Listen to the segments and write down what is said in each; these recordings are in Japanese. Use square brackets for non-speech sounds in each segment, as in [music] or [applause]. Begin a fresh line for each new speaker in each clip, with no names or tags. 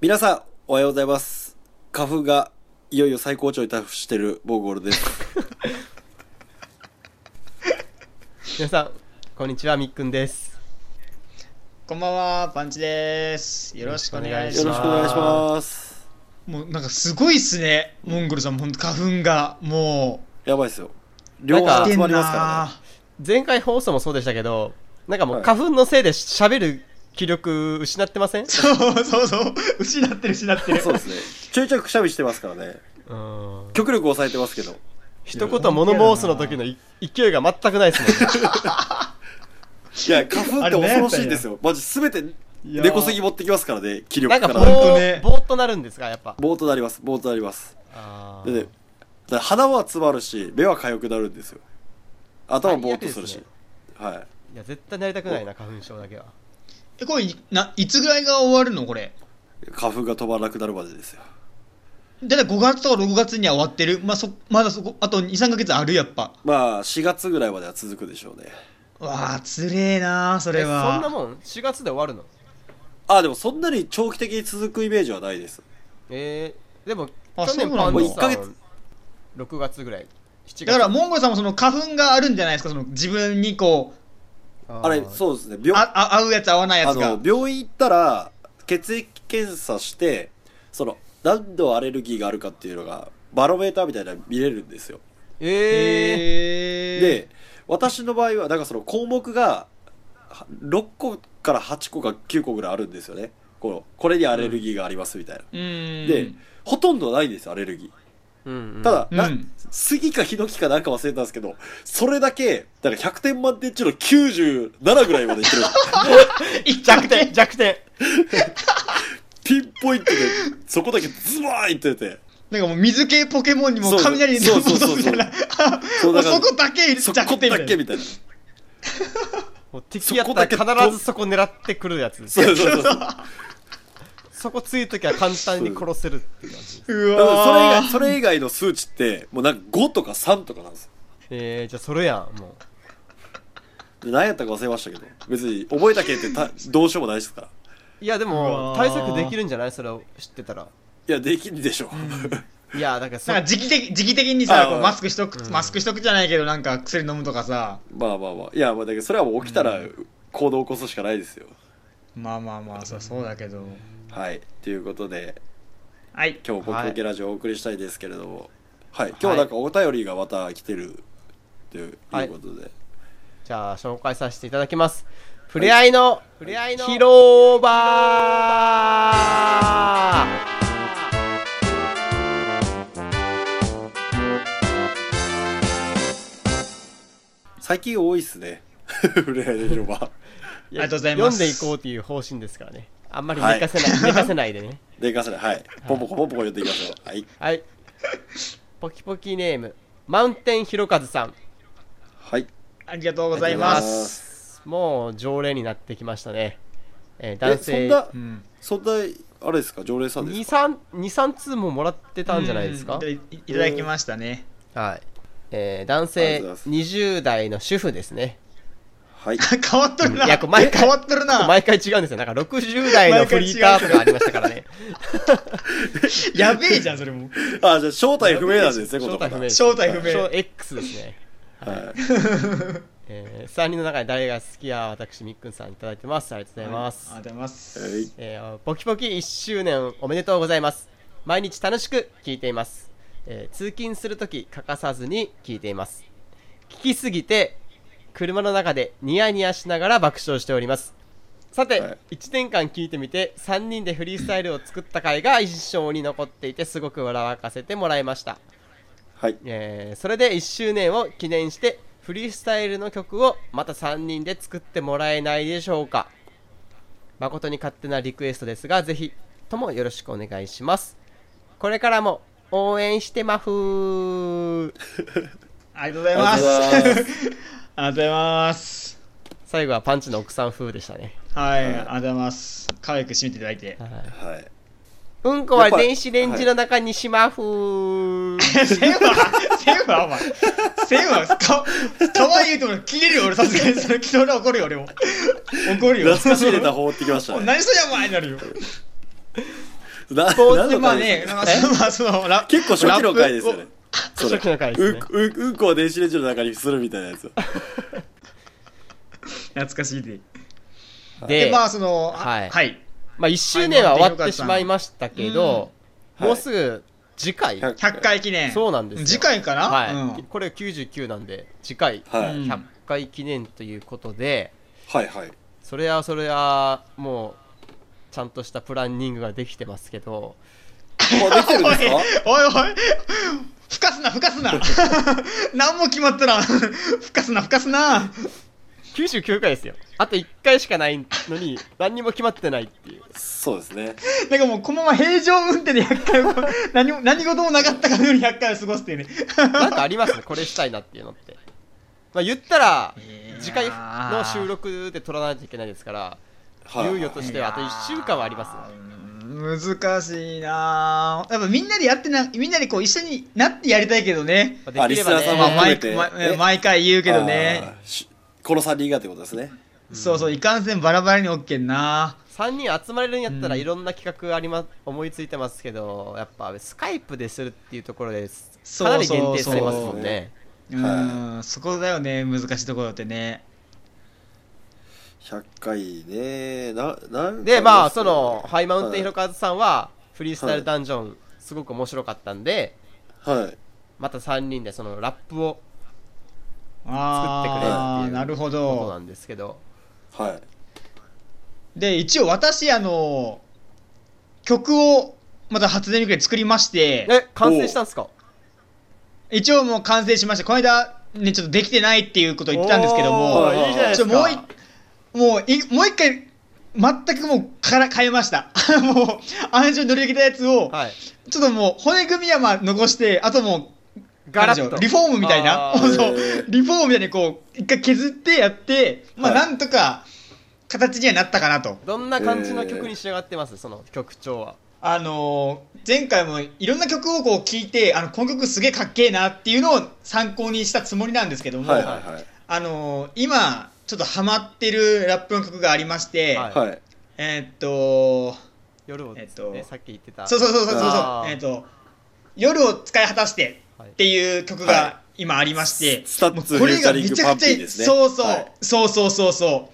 皆さん、おはようございます。花粉がいよいよ最高潮に達してるボーゴールです。
皆さんこんにちはみっくんです
こんばんは、パンチです。よろしくお願いし
よろ
ま
し
す。
くお願いします。
もうなんかすごいっすね、モンゴルさん、ほんと花粉が、も
やばいですよ。両方
う、
集まりますか
前回放送もそうでしたけどなんかも
は
う
い
花粉のせいで喋る気力失ってませんう
らね。そうそうそう、失ってる、失って
らね。[laughs]
る。
そうですね。ちょいちょいくしゃみしてますからね。
ん
極力抑えてますけど。
一言物申すの時のい勢いが全くないですね
いや、花粉って恐ろしいんですよ。マジ全て
いや
猫すぎ持ってきますからね、気
な
力
ん
か
かぼ
ら。
ほんと
ー
ね
ぼーっとなるんですかやっぱ
ぼーっとなります、ぼーっとなります。
あ
でね、だ
ー
から鼻は詰まるし、目は痒くなるんですよ。頭もぼーっとするし
最悪。
はい。
いや絶対なりたくないな花粉症だけは
え、これいな、いつぐらいが終わるのこれ。
花粉が飛ばなくなるまでですよ。
だいたい5月とか6月には終わってる。まあ、そ、まだそこ、あと2、3ヶ月ある、やっぱ。
まあ、4月ぐらいまでは続くでしょうね。
わあ、つれえなそ
そ
れは。
そんなもん4月で終わるの
あ、でもそんなに長期的に続くイメージはないです。
えー、でも
あ
去年
そうな
パ
んだ
ンチさ
もう一ヶ
ん6月ぐらい7月
だから、モンゴルさんもその花粉があるんじゃないですか、その自分にこう、
あー
あれ、そうですね。病
ああ合うやつ合わないや
あ
つが
の。病院行ったら、血液検査して、その、何度アレルギーがあるかっていうのが、バロメーターみたいなの見れるんですよ。
えー、
へー
で、私の場合は、なんかその項目が、は6個から8個か9個ぐらいあるんですよね。この、これにアレルギーがありますみたいな。
うん。
で、ほとんどないんですよ、アレルギー。
うんうん
ただ、な
うん
杉かヒノキかなんか忘れたんですけど、それだけ、だから100点満点中の97ぐらいまでいってる。
一着
弱
で
点弱点
ピンポイントで、そこだけズバーンいってて、
なんかもう水系ポケモンにも
そう
雷に
そう
戻
そうそう
すみたいな。
そう
も
だ
う
から
そこだけ
そ
弱
こ
点
だ
だ
け
よ。
みたいな。
もう敵やったら必ずそこ狙ってくるやつそ
そうそうそう。だか
こついときは簡単に殺せるっていう感じ
う
らそれ以
わ
外、それ以外の数値って、もうなんか5とか3とかなんですよ。
えー、じゃあそれやんもう
で何やったか忘れましたけど、別に覚えたけんってたどうしようもないですから。
いやでも
うわー
対策できるんじゃないそれを知ってたら
いや、できんでしょう。 [laughs]
いやだからそ
なんか時期的、時期的に
あ
さ、こう
あ
マスクしとく、マスクしとくじゃないけど、なんか薬飲むとかさ。
まあまあまあ。いや、まあだけどそれはもう起きたら行動を起こすしかないですよ。
まあまあまあ、そうそうだけど。
はい。ということで、
はい。
今日僕だけラジオをお送りしたいですけれども、はい、今日はなんかお便りがまた来てるということで、
じゃあ紹介させていただきますふれあいのふれあいの広場
最近多いっすね [laughs] 触れ合いでしょまあ
あり
がとうございます
読んでいこうっていう方針ですからねあんまり寝かせない、寝かせないでね
でかせないはいポンポコポンポコ言っていきましょうはい
はいポキポキネームマウンテンひろかずさん
はい
ありがとうござい
あり
ま。
がとうございますす
もう常連になってきましたね、え
え
ー男
そ
性
んな
うん。
そんなあれですか常連さんですか
23通ももらってたんじゃないですか
うんいいただきましたね。 [laughs]
はい、えー男
ありが
性
とうござい
20代の主婦ですね
はい
変わっとるな。
いやこれ毎回
変わっとるな。
毎回違うんですよなんか60代のフリーターとかありましたから
[laughs]
ね
やべえじゃん、それもう。
あじゃあ正体不明なんですねこ
正
とか
体不
らは
明
い
です
正体不明
正 X ですね、えー、3人の中で誰が好きや私みっくんさんいただいてますありがとうございます、
ありがとうございます。
はい
えーポキポキ1周年おめでとうございます毎日楽しく聞いています、えー通勤するとき欠かさずに聞いています聞きすぎて車の中でニヤニヤしながら爆笑しておりますさて、
はい
1年間聞いてみて3人でフリースタイルを作った回が印象に残っていてすごく笑わかせてもらいました、
はい
えーそれで1周年を記念してフリースタイルの曲をまた3人で作ってもらえないでしょうか誠に勝手なリクエストですがぜひともよろしくお願いしますこれからも応援してまふー
ありがとうござい
あ
ま
り
す。
がとうございます
[laughs] ありがとうございます。
最後はパンチの奥さん風でしたね、
はい、ありがとうございます。可愛く締めていただいて。
はい
はい
うんこは電子レンジの中にしまふー、
せんわせんわお前せんわか可愛いところ切れるよ俺さすがにそれ昨日の怒るよ俺も怒るよ
懐かしいネタ放ってきましたね
何それお前になるよ
[laughs] な
ポーズ
何
で
の
まあ
回
ね
で、す
ま
か
あそのまあそのラ
結構初期の回ですよね。それ
初期の回ですね
うううんこを電子レンジの中にするみたいなやつ。
懐かしいで。
で
で、まあその、
はい
はい。
まあ、1周年は終わってしまいましたけど、
うん
もうすぐ次回、
はい
100回記念。
そうなんですよ
次回かな
はい
うん
これ99なんで次回
はい
うん
100回記念ということで、
はいはい。
それはそれはもうちゃんとしたプランニングができてますけど
もうできてるんですか
おいおいふかすなふかす
[laughs]
な何も決まったらふかすなふかすな
99回ですよあと1回しかないのに何にも決まってないっていう
そうですね。
なんかもうこのまま平常運転で100回をこう何も何事もなかったかのように100回を過ごすっ
[laughs]
ていうね
なんかありますこれしたいなっていうのってまあ言ったら
いやー
次回の収録で撮らないといけないですから
はい。
猶予としてはあと1週間はありますよ
す難しいなやっぱみんなでやってなみんなでこう一緒になってやりたいけどね、
まあできれば
あリスナーさん
まあ、
も
ね
含め
毎
て
毎
ね
毎回言うけどね
あー。しこの3人がってことですね。
そうそういかんせんバラバラにおっけんな
3人集まれるんやったら
うん
いろんな企画あり、ま思いついてますけどやっぱスカイプでするっていうところです
そう
かなり限定
そ
さ
う
れますもん
そう
ね
うん、そこだよね難しいところってね
100回ね。な、なん
でまあその
は
ハイマウン
い
テンひろかずさんはフリースタイルダンジョンすごく面白かったんで
はい。
また3人でそのラップを
あ
作ってくれるってい
ー
う
なるほ
ことな
ど
んですけど
はい。
で一応私あの曲をまた発電力で作りまして
え完成したんすか
一応もう完成しましたこの間ねちょっとできてないっていうことを言ったんですけども
おーいいじゃないですか
ちょもう一もういもう一回全くもうから変えました [laughs] もう暗示を乗り上げたやつを、
はい
ちょっともう骨組みはまあ残してあともう
ガラッと
リフォームみたいな
あ、ー
[laughs] そう
へー
リフォームみたいにこう、一回削ってやって、まあ
はい
なんとか形にはなったかなと。
どんな感じの曲に仕上がってますその曲調は
あのー前回もいろんな曲をこう聴いて、あの、この曲すげえかっけえなっていうのを参考にしたつもりなんですけども、
はいはいはい。
あのー今、ちょっとハマってるラップの曲がありまして、
はい
はい。
えーっと、
夜を
えっと
ねさっき言ってた
そうそうそうそうそう
あー
えーっと、夜を使い果たして
はい
っていう曲が今ありまして、
ススタッツ
もうこれが
フューチャリング
めちゃくちゃ
パンピー
いい
ですね
そうそう、
はい
そうそうそうそうも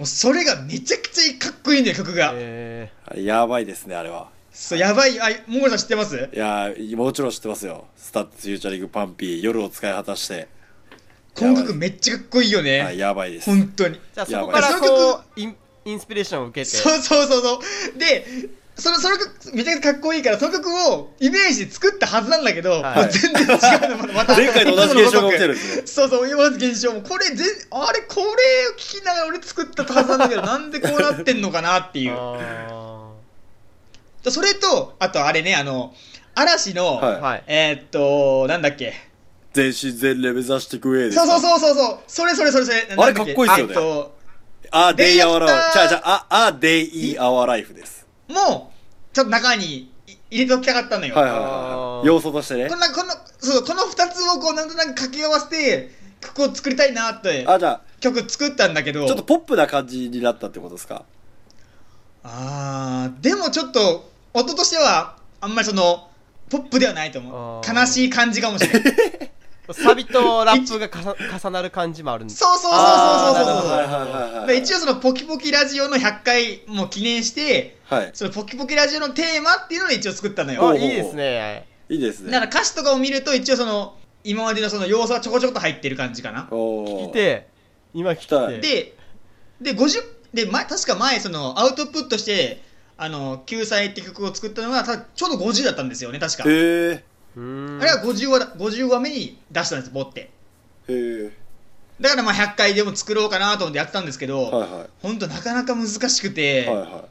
うそれがめちゃくちゃかっこいいんだよ曲が、
え
やばいですね、あれは。
そうやばいあモーさん知ってます
いやーもちろん知ってますよ。スタッツフューチャリングパンピー、夜を使い果たして。
この曲めっちゃかっこいいよね、
はい、やばいです。
本当に
ーじゃあそこから
いやまあ
こうインインスピレーションを受けて
そうそうそうそうでそのその曲めちゃくちゃかっこいいからその曲をイメージで作ったはずなんだけど、
はい
もう全然違うのまたまた
前回と同じ現象が起きてるん
[laughs]
ですね
そうそう今の現象もこれ全あれこれを聞きながら俺作ったはずなんだけどなんでこうなってんのかなっていう
[laughs] あ
とそれと、あとあれね、あの、嵐の、
ー
は
はい
えーっと、なんだっけ。
全身全霊目指してくえです
そ
か。
うそうそうそうそう、それそれそれそれ。
あれかっこいいっすよね
えと
あ、デイアワライ
デイアフ
フ。
タ
じ
ー
ゃあじゃあ、あ、あ、デイアワライフです。
もう、ちょっと中にい入れておきたかったのよ。
はいはい
あ
は
ー
い。要素としてね
こ。んな、この、そう、この二つをこう、なんとなく掛け合わせて、曲を作りたいなって、
あ、じゃ
曲作ったんだけど、
あ、ちょっとポップな感じになったってことですか。
あー、でもちょっと、音としては、あんまりその、ポップではないと
あ
思う。
ー
悲しい感じかも
[laughs]
しれない。
サビとラップがかさ重なる感じもあるんです
そうそう
あ
そ
ー
うそうそうそう
なるほど
そう
はい。はいはい
まあ
はい。
一応そのポキポキラジオの100回も記念して、
はい。
そのポキポキラジオのテーマっていうのを一応作ったの
お
あ
う
よ。
いいですね
いいです
だから
ね。
歌詞とかを見ると一応その、今までのその要素はちょこちょこと入ってる感じかな。
お
来
ー。
て今来
来た
て
で、で、50、で、前、確か前そのアウトプットして、あの、救済って曲を作ったのが、たちょうど50だったんですよね、確か。
へえ。
うーん
あれは50話だ、50話目に出したんです、ボって。
へえ。
だからまあ100回でも作ろうかなと思ってやってたんですけど、
はいは
ほんとなかなか難しく
い。
て、
はいは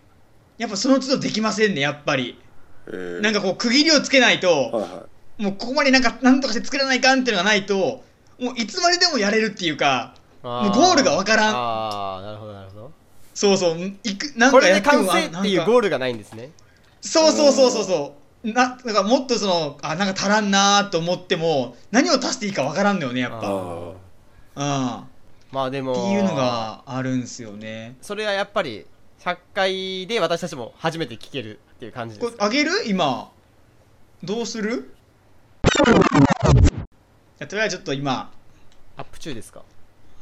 やっぱその都度できませんね、やっぱ
い。
り。
へえ
なんかこう区切りをつけない
は
と、
いはい。
もうここまでなんか何とかして作らないかんっていうのがないと、もういつまででもやれるっていうか、
あー
もうゴールがわからん
ああなるほどなるほど
そうそう、んいく、なん
こ
か
れで
やって
完
もあ
成っていう
なんか
ゴールがないんですね
そうそうそうそうそう。な、なんかもっとその、あ、なんか足らんなーと思っても、何を足していいかわからんのよね、やっ
あ
ぱ。
ー
うん。っ
まあでも
ていうのがあるんすよね。
それはやっぱり100回で私たちも初めて聴けるっていう感じで
これ
すか
あげる今どうするじゃあとりあえずちょっと今
アップ中ですか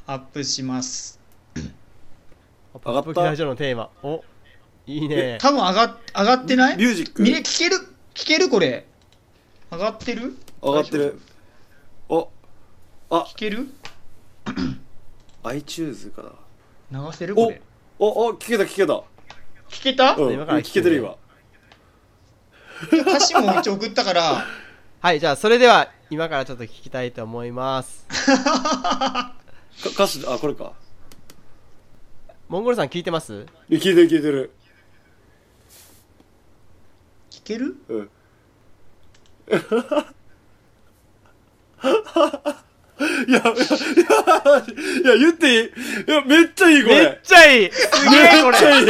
アップします
ア
上が
ッ
った
プラジオのテーマおいいね
多分上がっ上がってない
ミュージック
みれ聞ける聞けるこれ上がってる
上がってるお
聞ける
iTunes かな
流せる
お
これ
おお聞けた聞けた
聞けた、
うん
今から聞く
聞けてる今
歌詞も一応送ったから
はいじゃあそれでは今からちょっと聞きたいと思います
か歌詞あこれか
モンゴルさん聞いてます
聞いてる聞いてる
聞ける
うん [laughs] いや、いや、いや、言っていいいや、めっちゃいい、これ。
めっちゃいいすげえこ
めっち
れ
ゃいい。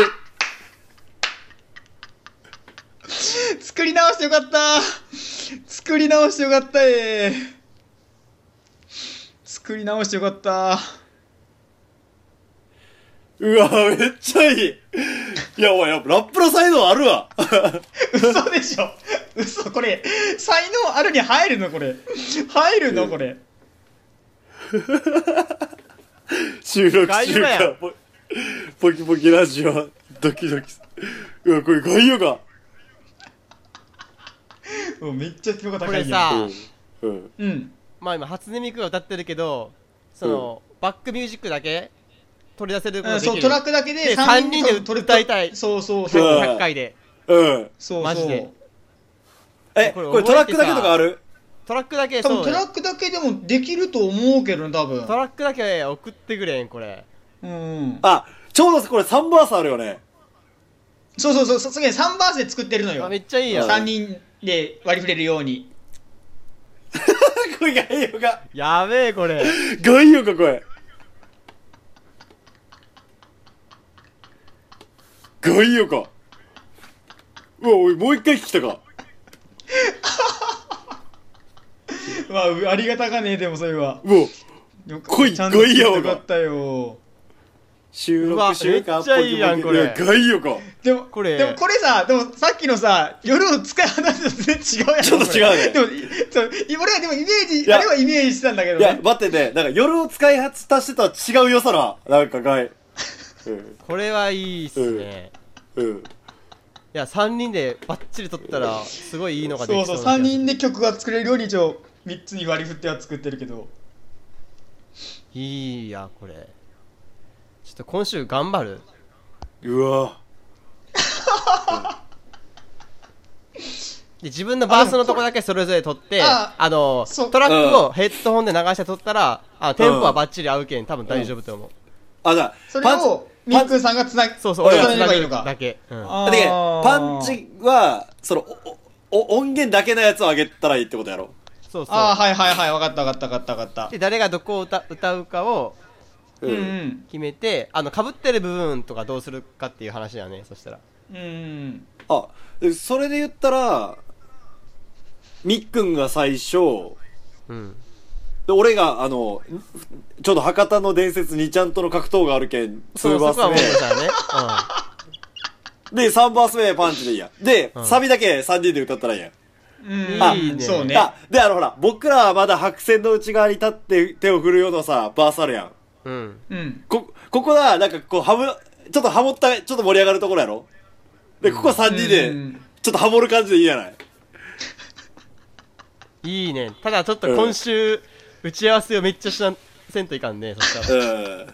作り直してよかった作り直してよかったえ作り直してよかった
うわ、めっちゃいい。いや、おい、やっぱラップの才能あるわ。
嘘でしょ嘘これ才能あるに入るのこれ入るのこれ
収録
概
中
要や
か
ん
ポポキポキラジオドキドキうわこれ概要か
もうめっちゃ強かった
これさ
うん、うん、
うん
まあ今初音ミクが歌ってるけどその、バックミュージックだけ取り出せることが
うん
できる、
そうトラックだけで
で
三人
三人で歌いたい
そうそう
う
そう
わ
100回で
うん、
そう
マジ
そう
で
えこれ
これ
トラックだけとかある
トラックだけ
多
そ
分
う
トラッ
ト
クだけでもできると思うけどね多分
ラックだけ送ってくれんこれ
うん
あちょうどこれ3バースあるよね
そうそうそうさすがに3バースで作ってるのよ
あめっちゃいいやん
3人で割り振れるように
[laughs] これ概要が
やべえこれ
概要かこれ概要かうわおいもう一回聞きたか
うわうありがたかねえでもそれは
うわ
よか
来い
ちゃんと
来いよ
よかったよ
収
うわ
録週間
めっちゃいいやんこれ
概要か
でも
これ
でもこれさでもさっきのさ夜を使い話と全然違うやん
ちょっと違うね
これでもそう俺はでもイメージ
や
あれはイメージしたんだけど
いや
ね、
待ってね、なんか夜を使い果たしてたら違う良さな、なんか
[laughs]
がい。うん、
これはいいっすね、
うん。
いや3人でバッチリ撮ったらすごいいいのがで
そ
き
う
そ
そう
な気が
う3
する
人で曲が作れるように一応3つに割り振っては作ってるけど
いいやこれちょっと今週頑張る
うわ
で自分のバースのとこだけそれぞれ撮ってあ
あ
の
そう
トラックをヘッドホンで流して撮ったらあテンポはバッチリ合うけん多分大丈夫と思う、
あ、じゃあ
それ
パンチ
をみっくんさんがつな
そうそう
俺
俺
が
が
重ねればいい
繋
の
ぐだ
か
け、うん、
だ
あー
けどパンチは、その、おおお音源だけのやつを上げたらいいってことやろ。
そうそう
ああはいはいはい分かった分かった分かった分かった
で誰がどこを歌歌うかを
うんうん
決めてあの被ってる部分とかどうするかっていう話だよねそしたら
うん
あ、でそれで言ったら、みっくんが最初、
うん
で俺が、あの、ちょうど博多の伝説2ちゃんとの格闘があるけん、
そう
2
そ
バ
こはもう
ース
さね、
目。で、3バース目パンチでいいやん。で、
うん
サビだけ3人で歌ったらいいやん。
うん
あ
いいね
そうね
あであのほら僕らはまだ白線の内側に立って手を振るようなさバースあるやん
うんうん
うん
こここだなんかこうハムちょっとハモったちょっと盛り上がるところやろでここは3人で、
うん
ちょっとハモる感じでいいやない
いいねただちょっと今週打ち合わせをめっちゃしなせんといかんねそしたら
うんうわ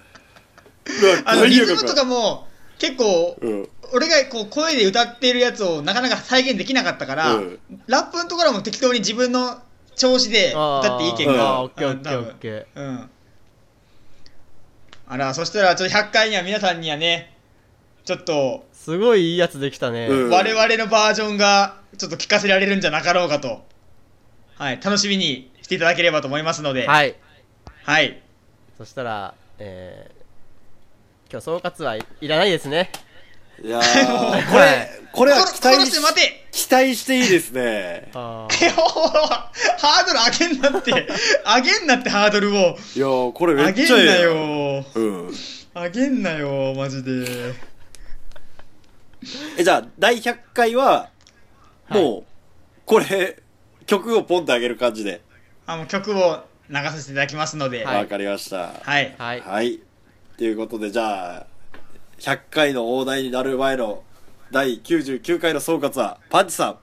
あの
大
リ
丈夫
ズムとかも結構
うん
俺がこう声で歌ってるやつをなかなか再現できなかったから、
うん
ラップのところも適当に自分の調子で歌っていいけん
あ
が
ー
オッケーオッケー
うん
オッケー
多分うんあらそしたらちょっと100回には皆さんにはねちょっと
すごいいいやつできたね、
うん
我々のバージョンがちょっと聞かせられるんじゃなかろうかと、はい、楽しみにしていただければと思いますので、
はい
はい
そしたらえー、今日総括はいいらないですね
いや
も
ー
[laughs] う
これこれは期
心
待
心して待て
期待していいですね
あ
いやほらハードル上げんなって上げんなってハードルを
いやーこれめ
上
っ
げん
ちゃええ
な
やん
よ
うん
あげんなよマジで
え、じゃあ、第100回は、もう、これ、曲をポンってあげる感じで。
あの曲を流させていただきますので、
はい
わかりました。
はい。
はい。
はい。ということで、じゃあ、100回の大台になる前の第99回の総括は、パンチさ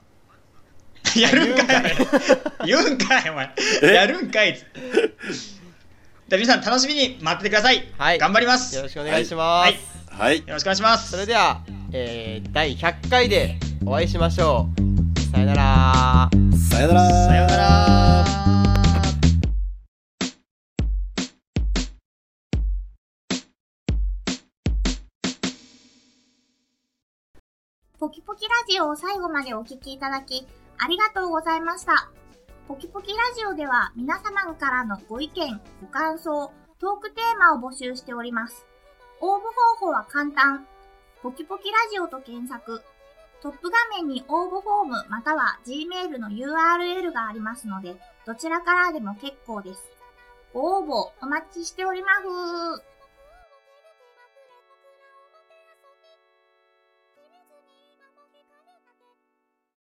ん。
[laughs] やるんかい [laughs] 言うんかいお前
え
やるんかいじゃあ皆さん楽しみに待っててください、
はい
頑張ります
よ
よ
ろ
ろ
しくお願いします。
はいはい
はい。
しくお願いします
それでは、えー第100回でお会いしましょう。さよなら。
さよなら。
さようなら
ポキポキラジオを最後までお聞きいただき、ありがとうございました。ポキポキラジオでは皆様からのご意見、ご感想、トークテーマを募集しております。応募方法は簡単。ポキポキラジオと検索。トップ画面に応募フォームまたは Gmail の URL がありますので、どちらからでも結構です。ご応募お待ちしております。